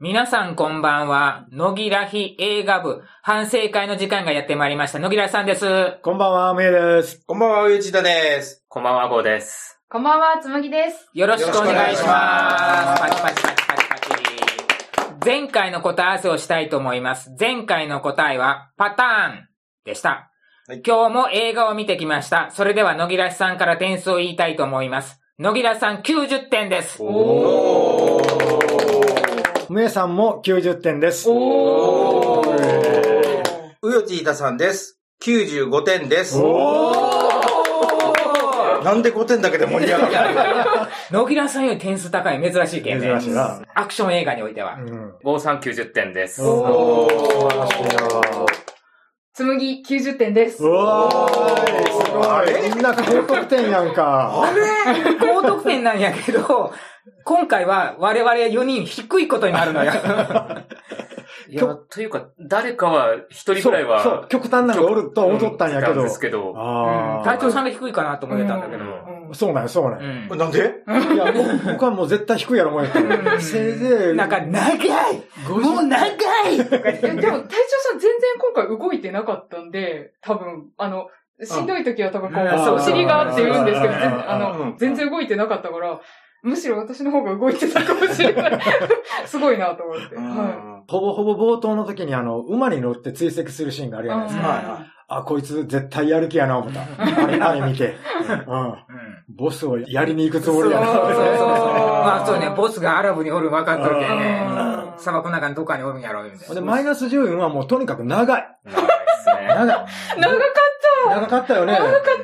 皆さんこんばんは。野木らひ映画部反省会の時間がやってまいりました。野木らさんです。こんばんは、むえです。こんばんは、うちだです。こんばんは、ゴーです。こんばんは、つむぎです。よろしくお願いします。よろしくお願いしますパチパチパチパチパチ。前回の答え合わせをしたいと思います。前回の答えはパターンでした。はい今日も映画を見てきました。それでは野木らさんから点数を言いたいと思います。野木らさん90点です。おむえさんも90点です。おーうよちいたさんです。95点です。なんで5点だけで盛り上がる 野木らさんより点数高い珍しいけどね。珍しいな。アクション映画においてはう。ん。ゴーさん90点です。おはー素晴らしいなつむぎ90点です。うわあーい、すごれい。みんな高得点やんか。高得点なんやけど、今回は我々4人低いことになるのよ。いや、というか、誰かは、一人ぐらいは、そうそう、極端なのがおると思っとったんやけうんどです。けど、あ隊長あ。さんが低いかなと思ってたんだけど。うんそうなんや、そうなんうや。ん。なんでいや、もう僕はもう絶対低いやろ、思えたうのんせいぜい。なんか、長いもう長いとか言っいやてでも、隊長さん全然今回動いてなかったんで、多分、あの、しんどい時は多分こあーう、お尻がって言うんですけど、あー全然あうんの、全然動いてなかったから、むしろ私の方が動いてたかもしれない。 すごいなと思って。はほぼほぼ冒頭の時にあの、馬に乗って追跡するシーンがあるい。やないですんか。はあ、こいつ絶対やる気やな、思った。あれ、あれ見て。うん。うんボスをやりに行くつそうもそうりそうやそう。まな。あそうね、ボスがアラブにおるん分かっとるけどうんね。砂漠の中のどっかにおるんやろ、みたいで、な。マイナス14はもうとにかく長い。長いですね。長い。長かった長かったよね。長かったで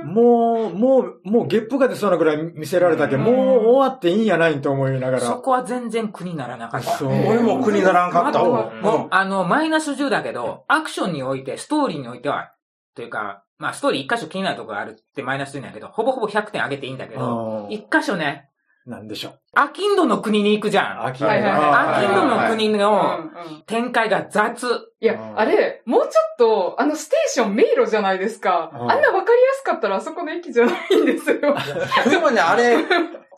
す。もう、もう、もうゲップが出そうなぐらい見せられたけど、うんもう終わっていいんやないんと思いながそら。こは全然苦にならなかった。そう。い。俺も苦にならんかったわ。うんもう、あの、マイナス10だけど、アクションにおいて、ストーリーにおいては、というか、まあ、ストーリー一箇所気になるとこがあるってマイナス10なんやけど、ほぼほぼ100点上げていいんだけど、あー一箇所ね、なんでしょう。アキンドの国に行くじゃん。飽きはいはいはアいキンドあの国のうんうん展開が雑。いや、あれ、もうちょっと、あの、ステーション迷路じゃないですか。うんあんな分かりやすかったら、あそこの駅じゃないんですよ。でもね、あれ、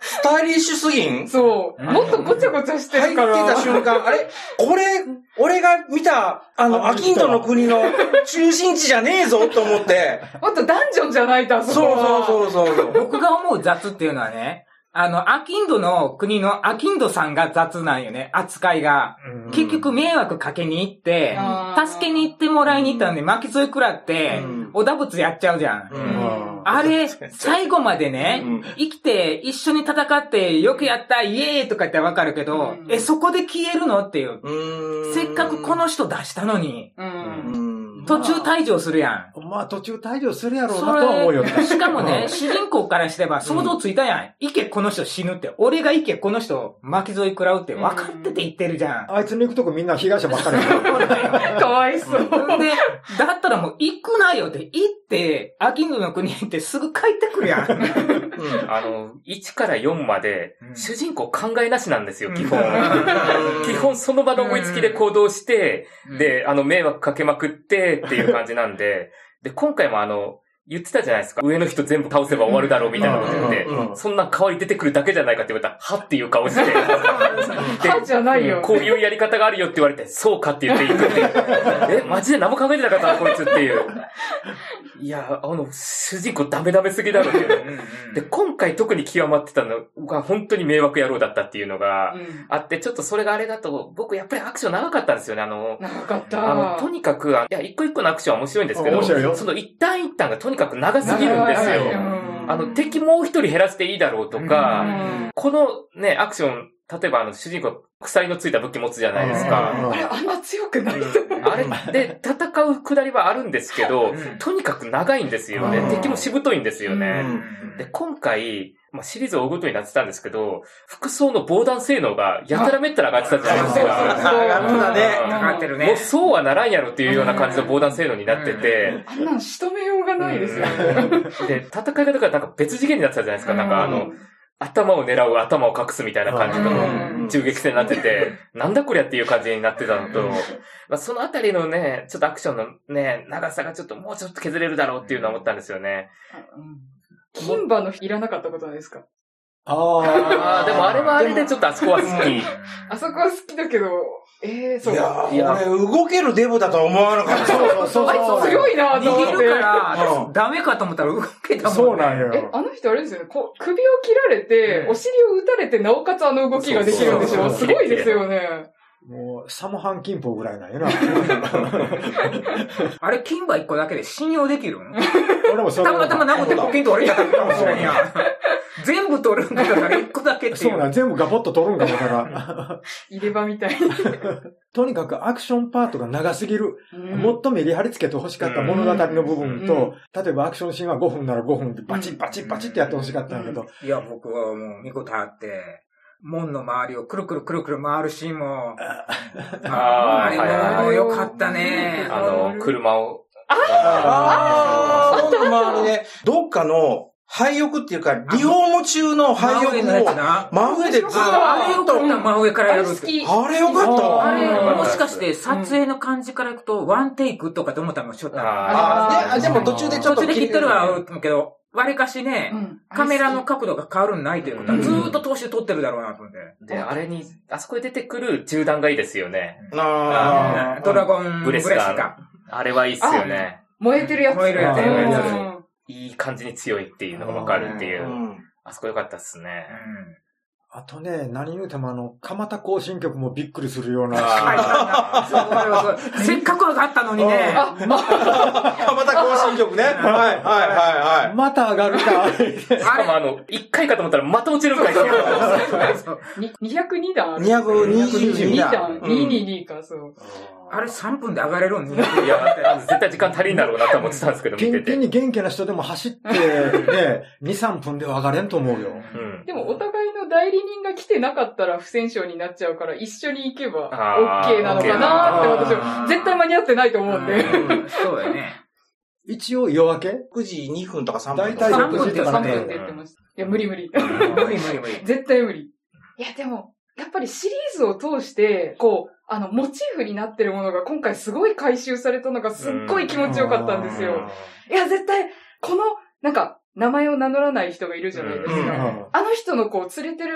スタイリッシュすぎん入そう。もっとごちゃごちゃしてってるから。た瞬間、あれこれ、俺が見た、あの、あアキントの国の中心地じゃねえぞと思って。もっとダンジョンじゃないと、あそうこはそうそうそう。僕が思う雑っていうのはね、あの、アキンドの国のアキンドさんが雑なんよね、扱いが。うん結局迷惑かけに行って、あー助けに行ってもらいに行ったのに巻き添え食らってうん、おだぶつやっちゃうじゃん。うんうんあれ、かに最後までね、うん生きて一緒に戦ってよくやった、イエーイとか言ってわかるけど、うんえ、そこで消えるのっていう。うーんせっかくこ、の人出したのに、う。うんん途中退場するやん。まあ途中退場するやろうそなとは思うよ。れ、しかも ね、主人公からしてば想像ついたやん。行けこの人死ぬって。俺が行けこの人巻き添え食らうって分かってて言ってるじゃん。あいつに行くとこみんな被害者ばっかりやからかわいそう。で、だったらもう行くなよって、行って、アキングの国行ってすぐ帰ってくるやん。うんあの、1から4までう、ん主人公考えなしなんですよ、基う 本。ん基本その場の思いつきで行動して、で、あの、迷惑かけまくってっていう感じなんで、で、今回もあの、言ってたじゃないですか。上の人全部倒せば終わるだろうみたいなこと言ってうんうんう、んそんな代わり出てくるだけじゃないかって言われたら、はっていう顔して、で歯じゃないよ。こういうやり方があるよって言われて、そうかって言っていくっていう。え、マジで何も考えてなかったな、こいつっていう。いや、あの、主人公ダメダメすぎだろっていう。で、今回特に極まってたのが、本当に迷惑野郎だったっていうのがうんあって、ちょっとそれがあれだと、僕やっぱりアクション長かったんですよね、あの、長かっあの、た。とにかく、あいや、一個一個のアクションは面白いんですけ面白いよど、その一旦一旦がとにかく長すぎるんです長いよ。あの、敵もう一人減らしていいだろうとか、うんこのね、アクション、例えばあの、主人公、鎖のついた武器持つじゃないですうんか。あれ、あんま強くない。あれで戦うくだりはあるんですけどうん、とにかく長いんですようんね。敵もしぶといんですよね。うんで、今回、まあ、シリーズを追うごとになってたんですけど、服装の防弾性能がやたらめったら上がってたじゃないですあか。上がってるねもう。そうはならんやろっていうような感じの防弾性能になってて、あんなん仕留めようがないですよ。うんで、戦い方がなんか別次元になってたじゃないですか。なんかあうの、ん頭を狙う、頭を隠すみたいな感じの。うん銃撃戦になってて、なんだこりゃっていう感じになってたのと、まあ、そのあたりのね、ちょっとアクションのね、長さがちょっともうちょっと削れるだろうっていうのは思ったんですよね。金馬のいらなかったことないですかあああ、でもあれはあれでちょっとあそこは好うき。あそこは好きだけど、ええ、そういやか。いやー、俺、動けるデブだとは思わなかった。そうそうそうあいつ強いなと思って握。るから、うダメかと思ったら動けたもん、ね。そうなんえ、よ。あの人あれですよね。こう首を切られて、うんお尻を打たれて、なおかつあの動きができるんでしそうそうょそうすごいですよね。もう、サモハンキンポぐらいなんよな。あれ、金馬一個だけで信用できるん俺もそたう思うまたま殴ってポキンと折れちゃったかもしれんやん。全部取るんだから一個だけってい。そううなん、全部ガポッと取るんかもから。入れ歯みたいに。とにかくアクションパートが長すぎる。うんもっとメリハリつけて欲しかった物語の部分と、例えばアクションシーンは5分なら5分でバチッバチッバチッってやって欲しかったんやけど、いや、僕はもう、見事あって、門の周りをくるくるくるくる回るシーンも、あーあれもよかったね。あの、車を。ああ、そうの周りね。どっかの、廃屋っていうか、リフォーム中の廃真上のや屋をつ、な。真上でずーっああれよかとっ、た、真上からあやれるっ好て。き。あれよかったあわ。れ、もしかして撮影の感じからいくと、ワンテイクとかと思ったのもしょった。ああーであでも途中でちょっ途と中で切ってるはあるけど、わりかしね、うんカメラの。角度が変わるんないということは、ずーっと通して撮ってるだろうなと思って。で、あれに、あそこで出てくる銃弾がいいですよね。あドラン。ゴンブレスブレスか。あれはいいっすよね。燃えてるやつ。燃えるやつ燃えるやつうんいい感じに強いっていうのがわかるっていうう。ん あそこ良かったっすね。あとね、何言うてもあの、蒲田行進曲もびっくりするような。ああーそうそうそうせっかく上がったのにね。あ、ま、あ、また更新曲ね。はい、はい、はい、はい。また上がるか。ーしかもあの、一回かと思ったらまた落ちるん かいっていうに202段ある。 222 2だ。う段。ん222か、そう。あれ3分で上がれるんね。いや、あの絶対時間足りんだろうなと思ってたんですけど、ピ見てンピて。ンうん。に元気な人でも走って、ね、2、3分では上がれんと思うよ。でも、お互いの代理人が来てなかったら不戦勝になっちゃうから、一緒に行けばあー OK なのかなって私は、絶対間に合ってないと思うんで。うんそうだよね。一応夜明け9時2分とか3分大とか体3 6分時って言とってたか3ね分っねて。言ってました。いや、無理無理。無理無理無理。絶対無理。いや、でも、やっぱりシリーズを通して、こう、あの、モチーフになってるものが今回すごい回収されたのがすっごい気持ちよかったんですよ。いや、絶対、この、なんか、名前を名乗らない人がいるじゃないですか。うんあの人のこう、連れてる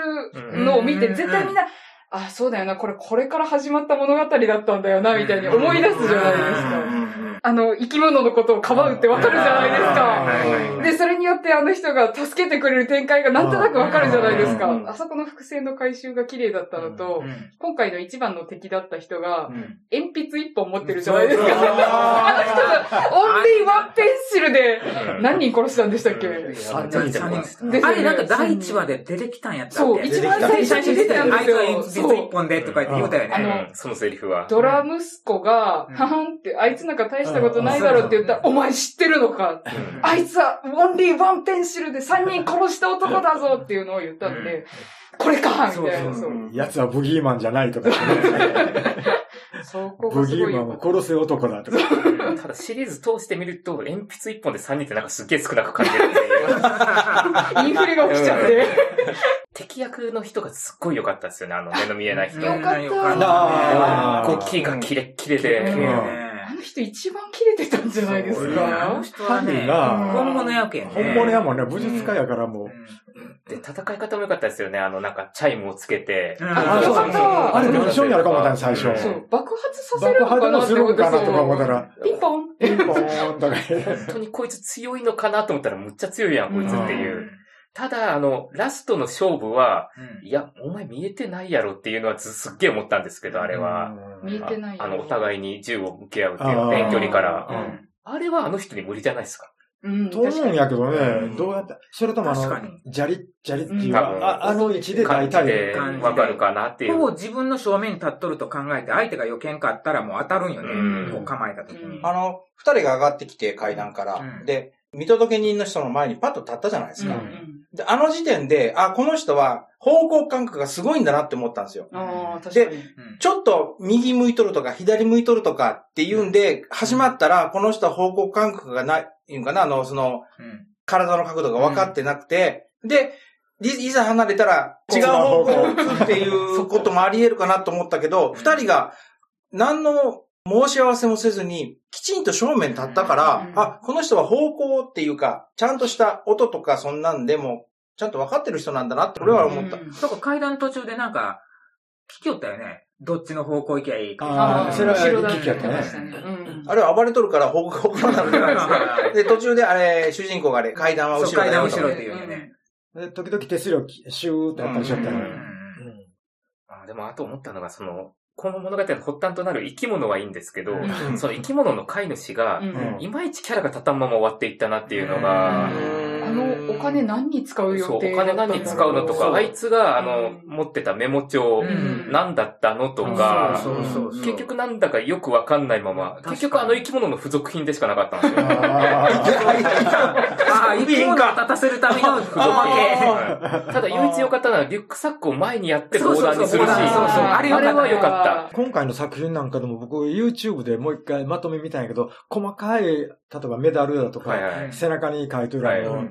うんのを見て、うん絶対みんな、あ、そうだよな、これ、これから始まった物語だったんだよな、みたいに思い出すじゃないですうか。んあの、生き物のことをかばうってわかるじゃないですか。はいはいはいで、それによってあの人が助けてくれる展開がなんとなくわかるじゃないですうんうんうんか。あそこの伏線の回収が綺麗だったのと、今回の一番の敵だった人が、鉛筆一本持ってるじゃないですか。そうそうあの人が、オンリーワンペンシルで、何何人殺したんでしたっけ三人人殺したであれなんか第1話で出てきたんやったっそう、け一番最初に出てたんあでいすつは鉛筆よ。そう1。本でとか言って言うたよあね。のうんそのセリフは。ドラ息子が、うんははんって、あいつなんか大したことないだろって言ったら、お前知ってるのかうんあいつはオンリーワンペンシルで3人殺した男だぞっていうのを言ったんで、これかみたいな。そうそそうう。奴はブギーマンじゃないとかね、そこがブすギごーいマよンはかった。殺せ男だとか。ただシリーズ通してみると、鉛筆一本で三人ってなんかすっげえ少なく感じるって いう。 インフレが起きちゃって。敵役の人がすっごい良かったですよね、あの目の見えない人。よかったよあかーっ動きがキレッキレたねうねで。あの人一番切れてたんじゃないですそうあのか。人は神ね、が本物やけんね。本物やもんね、武術家やからもう。で、戦い方も良かったですよね、あのなんかチャイムをつけて。うんあよかったあれ一緒にやるかもだね最初そう、爆発させる爆破のかでなもっすてるこんとかなとか思ったそう。ら、ピンポンピンポーンとか。本当にこいつ強いのかなと思ったらむっちゃ強いやん、こいつっていう。ただ、あの、ラストの勝負は、いや、お前見えてないやろっていうのはずすっげえ思ったんですけど、あれは。う見えんてないよああの、お互いに銃を向き合うっていう遠距離から。うんあれはあの人に無理じゃないですか。うん、と思うんやけどうねん、多分どうやって、それともあ確かのに、ジャリッ、ジャリっていううん多分あ、あの位置で感大じ体で、わかるかなっていほぼう。自分の正面に立っとると考えて、相手が余計んかったらもう当たるんよね。うんこう構えた時に。あの、二人が上がってきて階段から、うんで、見届け人の人の前にパッと立ったじゃないですうんか。うんで、あの時点で、あ、この人は方向感覚がすごいんだなって思ったんですよ。ああ、確かに。うんちょっと右向いとるとか左向いとるとかっていうんで、始まったら、この人は方向感覚がない、いうんかな、あの、その、うん体の角度が分かってなくて、で、いいざ離れたら違う方向を打つっていうこともあり得るかなと思ったけど、ん二人が何の申し合わせもせずに、きちんと正面立ったから、うんあ、この人は方向っていうか、ちゃんとした音とかそんなんでもちゃんと分かってる人なんだなって俺は思った。うんそこ階段途中でなんか、聞きよったよね。どっちの方向行きゃいいか。あーそれは後ろキッキやったね出ましたうんあれは暴れとるから報告がなるじゃないで すか。で、途中であれ、主人公があれ、階段は後そうろ階だ段よ後と。ろっていうよね。で時々手すりをきシューってやったりしよったうよんね。あでも、あと思ったのが、その、この物語の発端となる生き物はいいんですけど、うんその生き物の飼い主が、うんいまいちキャラが立たんまま終わっていったなっていうのが、あの、お金何に使う予そう、お定金何に使うのとか、あいつが、あの、持ってたメモ帳う、ん何だったのとあか、そうそうそう。結局なんだかよくわかんないまま確、かに結局あの生き物の付属品でしかなかったんですよ。あああ、生き物を立たせるためのおまけ。はいただ唯一良かったのはリュックサックを前にやってそうそ横う断そうにするし、横断そうそうああれれ良かったは良かった。ー今回の作品なんかでも僕 YouTube でもう一回まとめ見たんやけど、細かい、例えばメダルだとはいか、はい。背中に書いてるあはのい、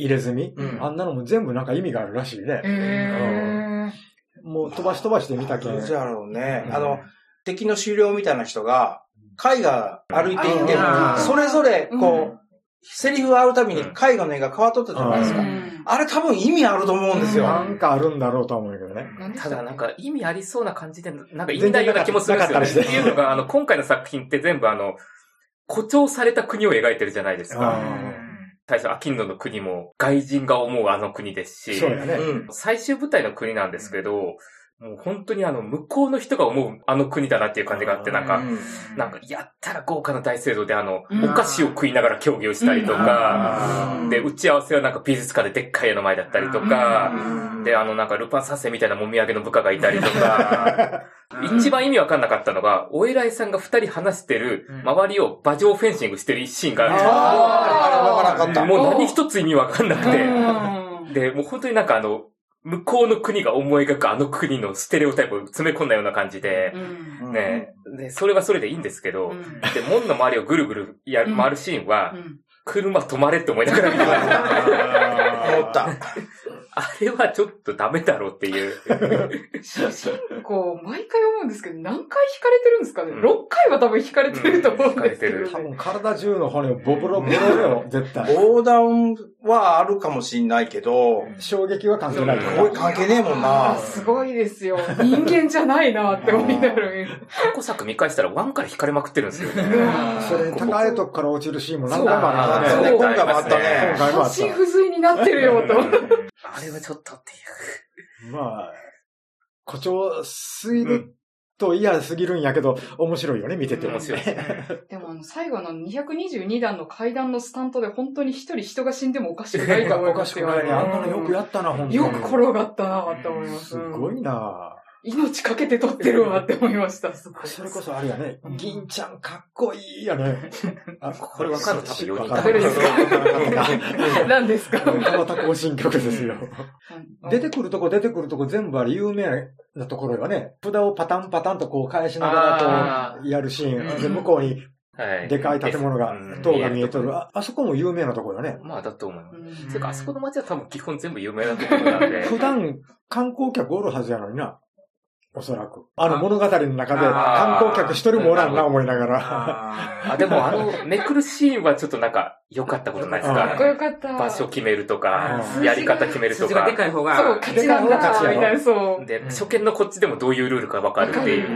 入れ墨うんあんなのも全部なんか意味があるらしいね。へもう飛ばし飛ばして見たけん。じゃあろうねう。んあの、敵の終了みたいな人が、絵画歩いていってあ、ーそれぞれ、うこう、セリフがあるたびにうん絵画の絵が変わっとったじゃないですーかうう。んあれ多分意味あると思うんですうよ。なんかあるんだろうとは思うんやけどね。何でしたたっけだなんか意味ありそうな感じで、なんか意味ないような気もするんですよね。全然なかったっていうのが、あの、今回の作品って全部あの、誇張された国を描いてるじゃないですうか。ん最初、アキンノの国も外人が思うあの国ですしそ、うやね。うん。最終舞台の国なんですけど、もう本当にあの、向こうの人が思うあの国だなっていう感じがあって、なんうか、んなんか、やったら豪華な大聖堂であの、うんお菓子を食いながら競技をしたりとか、あうんで、打ち合わせはなんか美術館ででっかい絵の前だったりとか、うんで、あの、なんか、ルパン三世みたいなもみあげの部下がいたりとか、一番意味わかんなかったのが、お偉いさんが二人話してるうん、周りを馬上フェンシングしてるシーンがあるんですよあーあれわからなかーっもう何一つ意味わかんなくて、うんで、もう本当になんかあの、向こうの国が思い描くあの国のステレオタイプを詰め込んだような感じで、うた。んね、で、それはそれでいいんですけど、うんで、門の周りをぐるぐるやうん回るシーンは、うん車止まれって思いながら見てました。 思った。あれはちょっとダメだろうっていう。主人公、毎回思うんですけど、何回引かれてるんですかねうん ?6 回は多分引かれてると思うんですけうんど引多かね。分体中の骨をボロボロボロよ、絶対。横断はあるかもしんないけど、衝撃は関係ないうんかこれら。関係ねえもんなあー。すごいですよ。人間じゃないなって思いながら見る。過去作見返したら1から引かれまくってるんですよね。うんそれ、高いとこから落ちるシーンも何回もあったそうね。ね今回もあったね今回もあっ発た信。不随になってるよ、と。あれはちょっとっていまあ、誇張すぎると嫌すぎるんやけど、面白いよね、見ててう。も。面白い。 でもあの、最後の222段の階段のスタントで本当に一人人が死んでもおかしくないと思いおまかすしよ。く ないね。あんなのよくやったな、本当に。よく転がったなって思います。すごいな命かけて撮ってるわって思いました。すごいそれこそあれやね、銀ちゃんかっこいいやね。あこれわかんの多分四人わかんないわわかんない何ですか、うん蒲田行進曲ですよ。出てくるとこ出てくるとこ全部あれ有名なところがね、札をパタンパタンとこう返しながらあこうやるシーン。で、うん向こうにはい。でかい建物がうん、塔が見えとる。ああそこも有名なところよね。まあ、だと思います。うんていうか、あそこの街は多分基本全部有名なところなんで。 普段観光客おるはずやのにな。おそらく。あの物語の中であー観光客一人もおらんな思いながら。ああ、でもあの、めくるシーンはちょっとなんか、良かったことないですかかっこよかった。場所決めるとかう、んやり方決めると筋がかで。かい方が。そう、勝ちなんだでかい方が勝ちやろみたいな、そう。で、初見のこっちでもどういうルールかわかるっていわか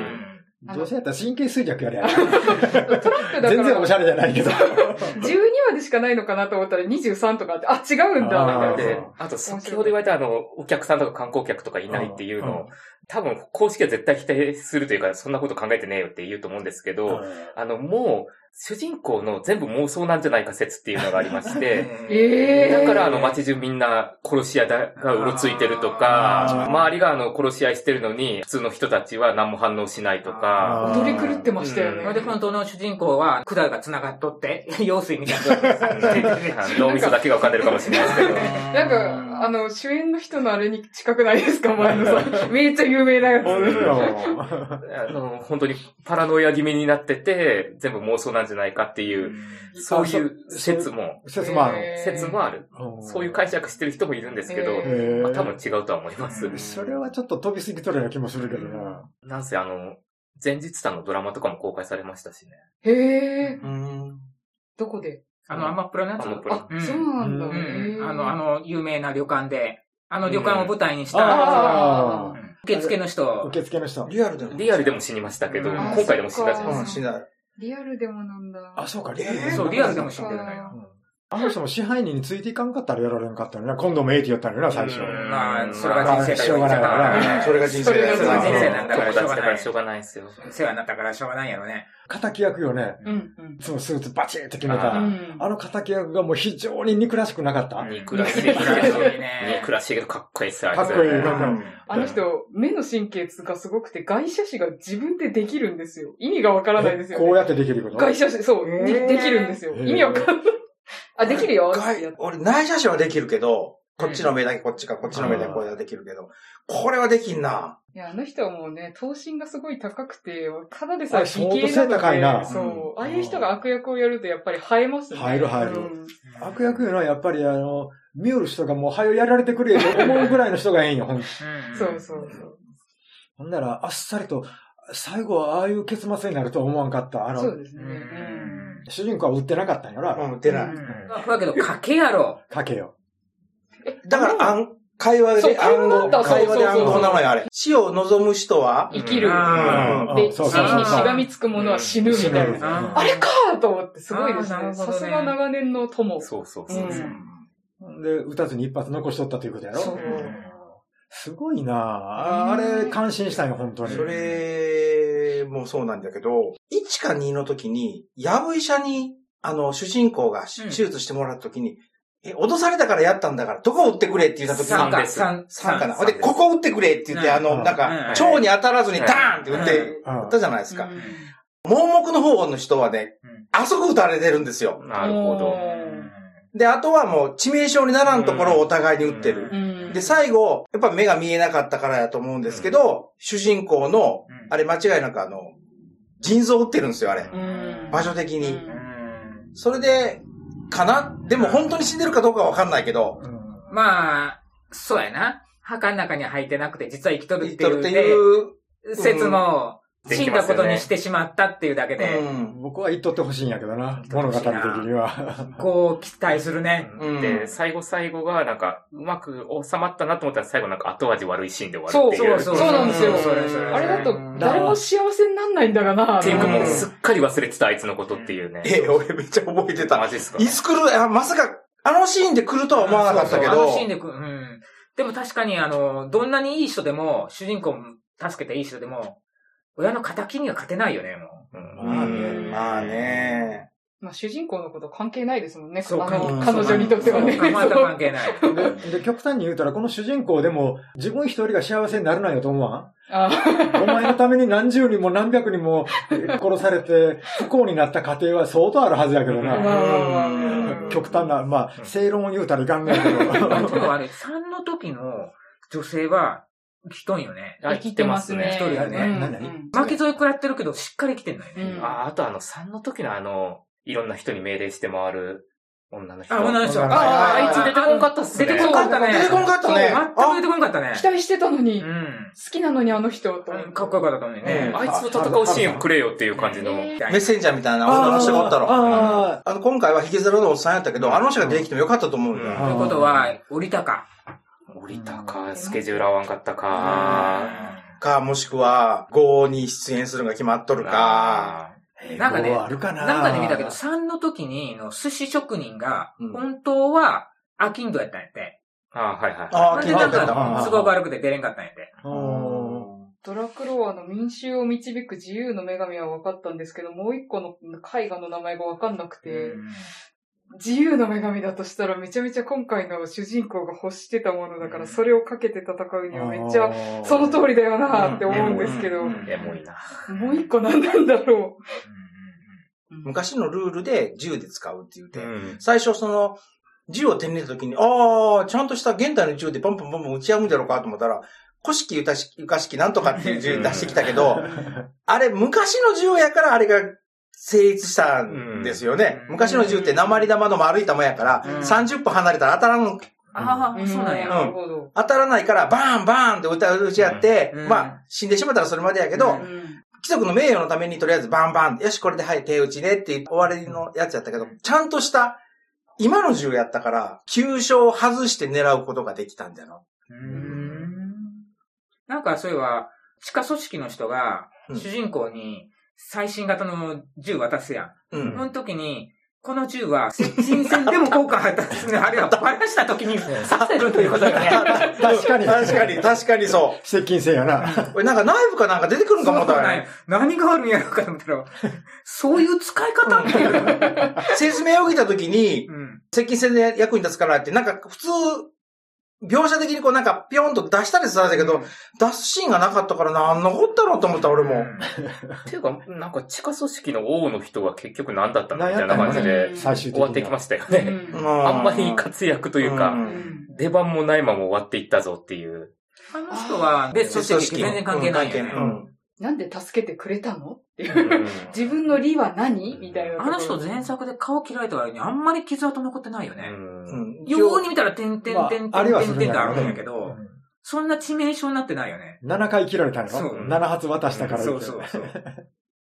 う。女性やったら神経衰弱やりゃ。トラックだか全然おら、しゃれじゃないけど。 12話でしかないのかなと思ったら23とかあって、あ、違うんだ、みたいあなー。で、あと先ほど言われたあの、お客さんとか観光客とかいないっていうのを、多分公式は絶対否定するというか、そんなこと考えてねえよって言うと思うんですけうど、んあの、もう、主人公の全部妄想なんじゃないか説っていうのがあり まして、ええー。だからあの街中みんな殺し屋だがうろついてるとか、あー周りがあの殺し合いしてるのに、普通の人たちは何も反応しないと か、踊り狂ってましたよね。うで、本当の主人公は、管が繋がっとって、 用水みたいな。脳みそだけが浮かんでるかもしれないですけど。なんか、あの、主演の人のあれに近くないですか前野さん。めっちゃ有名なやつ。ほんとあの、本当にパラノイア気味になってて、全部妄想なんじゃないかっていう、そういう説も、よ。説もある。へー説もある。んそういう解釈してる人もいるんですけどへ、ーまあ多分違うとは思います。それはちょっと飛びすぎとるような気もするけどな。なんせあの、前日さんのドラマとかも公開されましたしね。へえ。うん。どこであの、アマプラのやつ。アマプラあ、そうなんだ。うへん。ーあの、あ、の、有名な旅館で、あの旅館を舞台にしあた、あうあん受付の人、受付の人。リアルでも。リアルでも死にましたけど、うん今回でも死んだじゃないうん、ですしない。リアルでもなんだ。あ、そうか、リアえル。ーそう、リアルでも死んでるのそよっ。うんあの人も支配人についていかんかったらやられんかったのにな。今度もエイティやったのにな、最初。うんまあ、それが人生だしょうがないからねそれが人生だよそれが人生なんだかか。らら友達だからしょうがないですよ。世話になったからしょうがないやろね。敵役よね。うん、うんい。つもスーツバチッと決めあうた。ん。あの敵役がもう非常に憎らしくなかった。憎 らしい憎らしいねね。暮らしいけどかっこいいっすよ、あいつかっこいいうんなんかあの人、目の神経がすごくて、外車種が自分でできるんですよ。意味がわからないですよ、ね。こうやってできること。外車種、そう、でへーできるんですよ。へー意味わかんない。あ、できるよ。外俺、内写真はできるけど、こっちの目だけこっちか、こっちの目だけこれはできるけど、これはできんな。いや、あの人はもうね、頭身がすごい高くて、ただでさあえれ美形な相当背高いのなで、そう、ああいう人が悪役をやるとやっぱり映えますね。映える映えるうん悪役いうのはやっぱりあの、見よる人がもう、はよやられてくれよと思うぐらいの人がええんよ、ほんうんそうそうそう。ほんなら、あっさりと、最後はああいう結末になるとは思わんかった。あそうの、ですね。ううんん。主人公は売ってなかったんよな、あうれん、出なうい。だけど、賭けやろ。かけよ。だから、あん、会話そうで暗会話だ号、ったそう会話で暗そうそ号うなのよ、あれ。死を望む人は、生きる。あーで、うん地そうそうにしがみつくものは死ぬみたいな。うんああれかと思って、すごいですあーなね。るほどさねすが長年の友。そうそうそうそうう。んで、撃たずに一発残しとったということやそうろ。すごいなああうんれ、感心したんよ、本当に。それもそうなんだけど、1か2の時に、やぶ医者に、あの、主人公がしうん手術してもらった時に、え、脅されたからやったんだから、どこ打ってくれって言った時三に、か、です三、 3かな。ほん三で、ここ打ってくれって言って、うんあの、なんうんか、腸に当たらずにうんダーンって打って、うん打ったじゃないですうか。ん盲目の方の人はねうん、あそこ打たれてるんですよ。なるほど。で、あとはもう、致命傷にならんところをお互いに打ってる。うんで、最後、やっぱ目が見えなかったからやと思うんですけど、主人公のう、んあれ間違いなくあの、腎臓打ってるんですよ、あれ。うん場所的に。うんそれで、かなでも本当に死んでるかどうかはわかんないけど、うんまあ、そうやな。墓の中には入ってなくて、実は生きとる言っっててるってい、いうう説の、死んだことにしてしまったっていうだけうで、ん。僕は言っとってほしいんやけどな、言物っ語とって的ほしいなには。こう期待するね。うんで、最後最後が、なんか、うまく収まったなと思ったら最後なんか後味悪いシーンで終わるっていう。そうそうなんですよそれそれあれだと、誰も幸せになんないんだがなっていうかもううんすっかり忘れてたあいつのことっていうね。え、俺めっちゃ覚えてた。マジっすかいつ来る、あまさか、あのシーンで来るとは思わなかったけそうそうあどの、シーンでく、うん。でも確かに、あの、どんなにいい人でも、主人公も助けていい人でも、親の仇には勝てないよね、もうんまあね、まあね。まあ主人公のこと関係ないですもんね。そうあ関の、係彼女にとう。ってはね。そうまた関係ない。でで、極端に言うたら、この主人公でも、自分一人が幸せになるなんよと思わんあーお前のために何十人も何百人も殺されて、不幸になった家庭は相当あるはずやけどまあな。まあまあまあうん極端な、まあ、正論を言うたらいかんねんけあど。でもあれ、3の時の女性は、生きとんよね。あ生きてますね生き一て人まですねうん何々うん負け添え食らってるけど、しっかり生きてんのよね。うんあ、あとあの3の時のあの、いろんな人に命令して回る女の人。あ、女の人。あああいつ出てこんかっったっす出ね。てこんかったね。出てこんかったねそう全く出てこんかったね。期待してたのに、う好んきなのにあの人と。うん。かっこよかったと思うねうん。あいつの戦うシーンをくれよっていう感じの。メえッセンジャーみたいな女の人がおったろ。ああの、今回はヒゲゼロのおっさんやったけど、あの人が出てきてもよかったと思うんうとだ。いうことは、降りたか。降りたか、スケジュール合わんかったか。か、もしくは、5に出演するのが決まっとるか。あなんかね英語はあるかななんかで見たけど、3の時にの寿司職人がう、ん本当は、アキンドやったんやって。ああ、はいはい。ああ、で聞いなたんけど。あか、ー都合が悪くて出れんかったんやって。うんドラクロワの民衆を導く自由の女神は分かったんですけど、もう一個の絵画の名前が分かんなくて、自由の女神だとしたらめちゃめちゃ今回の主人公が欲してたものだかうんら、それをかけて戦うにはめっちゃ、その通りだよなって思うんですけど、うんうんもエモいな。う一個何なんだろう。昔のルールで銃で使うって言ううて、ん。最初その、銃を手に入れた時に、ああ、ちゃんとした現代の銃でバンバンバンバン打ち合うんだろうかと思ったら、古式ゆかしゆかしきなんとかっていう銃出してきたけど、あれ昔の銃やからあれが成立したんですよね。うん昔の銃って鉛玉の丸い玉やから、うん30分離れたら当たらん、ああ、そうなんや。なるほど。当たらないからバーンバーンって打た打ち合って、うんまあ死んでしまったらそれまでやけど、うんうん貴族の名誉のためにとりあえずバンバン、よし、これではい、手打ちねっていう終わりのやつやったけど、ちゃんとした、今の銃やったから、急所を外して狙うことができたんだよな。うんなんか、そういえば、地下組織の人が、うん主人公に最新型の銃渡すやん。うん。その時に、この銃は接近戦でも効果を果たすね。あるいはバラした時に刺せるということだよ ね。確かに。 確かに、確かにそ接近戦やな。う。俺なんかナイフかなんか出てくるんかもったならい。何があるんやろうかと思ったら、そういう使い方っていう。 説明を受けた時に、うん。接近戦で役に立つからって、なんか普通、描写的にこうなんかピョンと出したりするんだけど、出すシーンがなかったからなんのこったろうと思った俺も。ていうか、なんか地下組織の王の人は結局何だったのみたいな感じうでん最終的に。終わってきましたよね。ううんんあんまり活躍といううか、ん出番もないまま終わっていったぞっていう。あの人は、別組織全然関係ないよね。うんなんで助けてくれたのっていうう。ん自分の利は何みたいなとこあろ。の人前作で顔切られた割にあんまり傷跡残ってないよね。ううんんように見たら点々点々点まああり々はするん点や々けどねがあるんやけど、うんそんな致命傷になってないよね。 7回切られたんやそろう ?7 発渡したからそ言うってそうそう。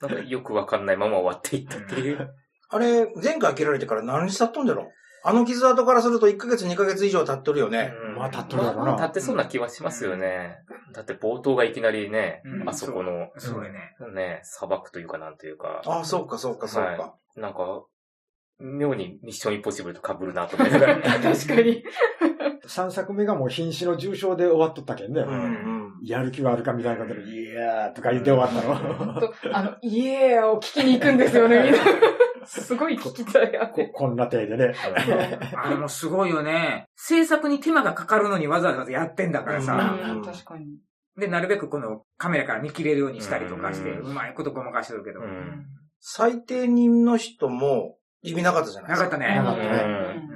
なんかよくわかんないまま終わっていったっていう。あれ、前回切られてから何日経っとんじゃろあの傷跡からすると1ヶ月2ヶ月以上経っとるよね。うんまあ、立っとるやろまあ立なっ。てそうな気はしますよね。だって冒頭がいきなりね、うんあそこの、そうやね。ね、砂漠というかなんというか、ああ、そうかそうかそうか。なんか、妙にミッションインポッシブルと被るなと思いながら。確かに。 3作目がもう瀕死の重傷で終わっとったけんねう。んやる気はあるかみたいなことで、いやーとか言って終わった の。と、あの、イエーを聞きに行くんですよね、みんな。すごい聞きたいあこて。こんな手でね。あれもすごいよね。制作に手間がかかるのにわざわざやってんだからうさ。ん、確かに。で、なるべくこのカメラから見切れるようにしたりとかして、ううんまいことごまかしてるけどう。ん最低人の人も意味なかったじゃないでなすかかったなね。かったね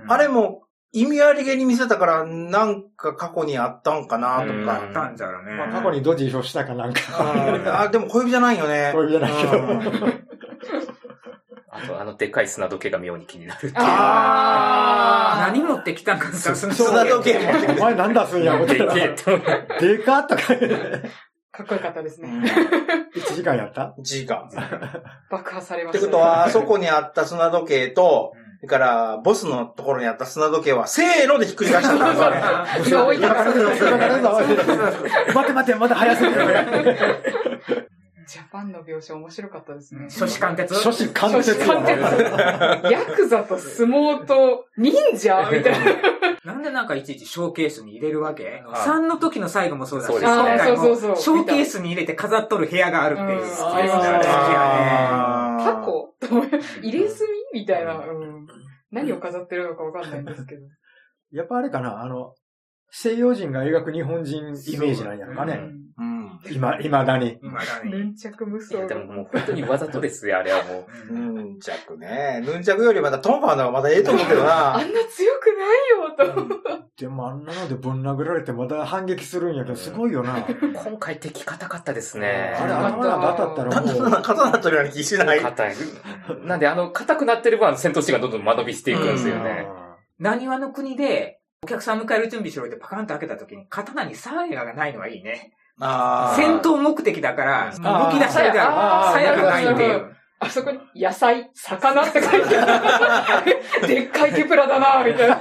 うんあれも意味ありげに見せたから、なんか過去にあったんかなとうんかあ。ったんじゃろうね。まあ過去にドジをしたかなんうんあ、か。でも小指じゃないよね。こういうじゃないけど。あと、あのでかい砂時計が妙に気になるっていう。あ何持ってきたんかさ、そのそう砂時計もお前なんだすんや、思ってでたけえらっ。て思ってでかっとか言って。ー。かっこよかったですうね。ん1時間やった時間。っ爆破されましてたね。ことは、あそこにあった砂時計と、それから、ボスのところにあった砂時計は、せーのでひっくり返したんだから今置いてます待て待て、まだ早すぎる。ジャパンの描写面白かったですね。書士貫徹初心貫徹や初志貫徹ヤクザと相撲と忍者みたいな。なんでなんかいちいちショーケースに入れるわけはい ?3 の時の最後もそうだし、そうですね今回もあそうそうそうショーケースに入れて飾っとる部屋があるっていう。うん好きですねあれあータコと思い入れ墨みたいな、うん。何を飾ってるのかわかんないんですけど。やっぱあれかな、あの、西洋人が描く日本人イメージなんやろかうね。ううん今、未だに。今だんね。粘着無い双やでももう本当にわざとですよ、あれはもう。ヌンチャクね。ヌンチャクよりまだトンファーの方がまだええと思うけどあな。んな強くないよ、と思って。でもあんなのでぶん殴られてまた反撃するんやけど、すごいよな。あれ、今回敵硬かったですね。頭が当たっただらんだんだんもだう、ん刀取るような気しない。硬い。なんで、あの、硬くなってる分、戦闘士がどんどん間延びしていくんですよね。何話の国で、お客さん迎える準備しろってパカンと開けた時に刀にサヤがないのはいいね。あー戦闘目的だから、あー動き出したりでああーる。サヤがないっていなるほう。あそこに、野菜、魚って書いてある。でっかいテプラだな、みたいな。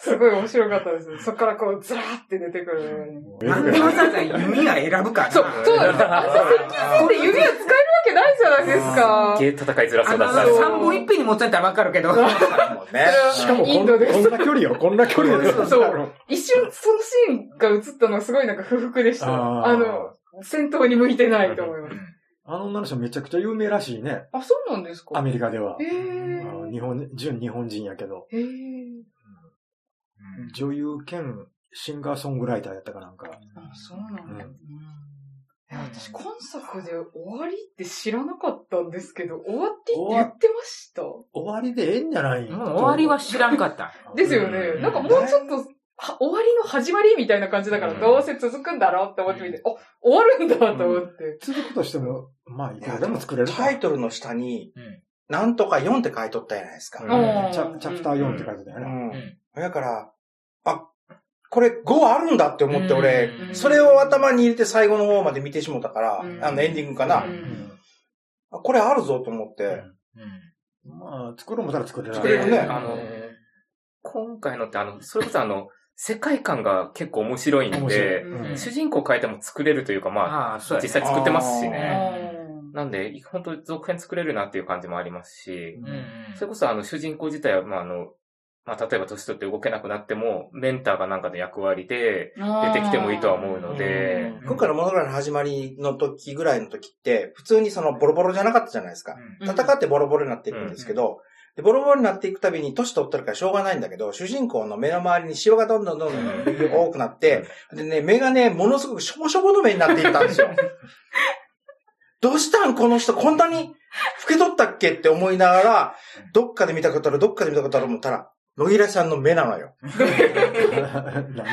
すごい面白かったです。そっからこう、ずらーって出てくる。なんでわざわざ弓は選ぶかな。そう、そうなんですよ。あの接近戦で指を使えるわけないじゃないですか。ゲー戦いづらそあうだの、ったそ3う本一品に持ってたらわかるけど。もうね。しかもイこンんドですこんな距離よ、こんな距離で。そう一瞬、そのシーンが映ったのはすごいなんか不服でした。あーあの、戦闘に向いてないと思います。あの女の人めちゃくちゃ有名らしいね。あ、そうなんですかアメリカではへ。あのー。日本、純日本人やけど。へー。女優兼シンガーソングライターやったかなんか。あ、そうなんだ。うんいや私、今作で終わりって知らなかったんですけど、終わってって言ってました終わりでええんじゃないもう終わりは知らんかった。ですようね。んなんかもうちょっと、は終わりの始まりみたいな感じだから、うんどうせ続くんだろうって思ってみて、あ、終わるんだと思って。続くとしても、まあ、いくらでも作れるかタイトルの下にうん、なんとか4って書いとったじゃないですか。うんチャチャプター4って書いてたようね。んうんだから、あ、これ5あるんだって思って俺、うんそれを頭に入れて最後の方まで見てしもたから、うんあのエンディングかな。うんあこれあるぞと思って。まあ、作ろうもたら作れない。作れるねあの、今回のって、あの、それこそあの、世界観が結構面白いん面白いで、うんうん主人公変えても作れるというか、まああ、そう、あやね。実際作ってますしあね。うなんで、本当続編作れるなっていう感じもありますし、うんうんそれこそあの、主人公自体は、まああの、まあ例えば年取って動けなくなっても、メンターがなんかの役割で、ん出てきてもいいとは思うのでうん今回の物語の始まりの時ぐらいの時って、普通にそのボロボロじゃなかったじゃないですか。うん戦ってボロボロになっていくんですけど、でボロボロになっていくたびに年取ってるからしょうがないんだけど、主人公の目の周りにシワがどんどんどんど ん多くなって、でね、目がね、ものすごくしょぼしょぼの目になっていったんですよ。どうしたんこの人、こんなに老け取ったっけって思いながら、どっかで見たことある、どっかで見たことある思ったら、野木らさんの目なのよ。 なんだ。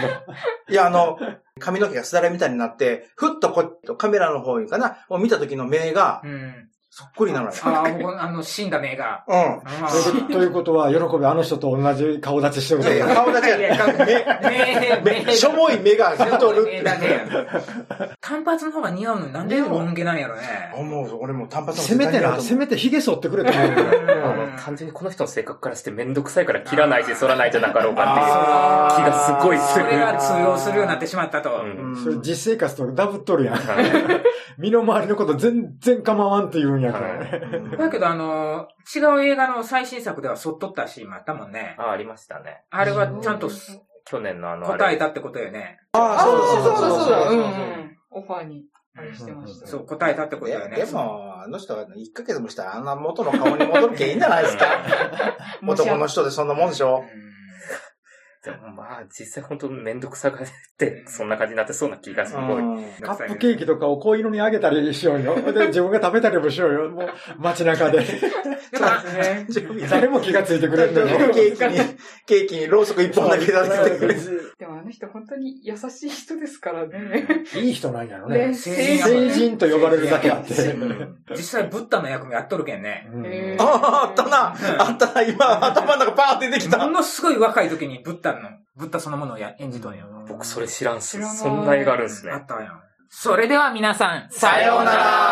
いや、あの、髪の毛がすだれみたいになって、ふっとこうカメラの方かな、を見た時の目が、うん。そっくりなのよ。ああ、もう、あの、死んだ目 が。うん。あと いうことということは、喜びあの人と同じ顔立ちしてるいとやいや、顔だけいやいや目、目、目、目、しょぼい目が太るって。だね。単発の方が似合うのになんで音毛なんやろあ、ね。もう、俺もう単発のせめてな、せめて髭剃ってくれと思うよ。あの、単純にこの人の性格からしてめんどくさいから切らないし、剃らないじゃなかろうかあー気がすっごいすそるれが通用するようになってしまったと。っていう。うんそれ実生活とダブっとるやん。はい身の回りのこと全然構わんって言うんやからね。だけど、あの、違う映画の最新作ではそっとったシーンもあったもんね。あ、ありましたね。あれはちゃんと去年のあの、あれ答えたってことよね。ああ、あそうだそうだそうだ。ううんんううんん。オファーに、あれしてました。そう、答えたってこといよやね。でも、あの人は1ヶ月もしたらあんな元の顔に戻るけいいんじゃな いですか。もしあ男の人でそんなもんでしうん、ょ。でもまあ、実際本当めんどくさがって、そんな感じになってそうな気がすうごい。 んカップケーキとかを子犬にあげたりしよ うよ。で、自分が食べたりもしようよ。もう、街中で。でもね誰も気がついてくれんのよ。ケーキに、ケーキにろうそく一本だけ出してくれる。でもあの人本当に優しい人ですからね。いい人なんやろねね。成人成人と呼ばれるだけあって。実際ブッダの役もやっとるけんね。うんへーああ、あったな。あったな。今、頭の中パーって出てきたも。のすごい若い時にブッダの、ブッダそのものをや演じとんよ。僕それ知らんっす知ら。ないそんな映画あるんすあね。ったわよ。それでは皆さん、さようなら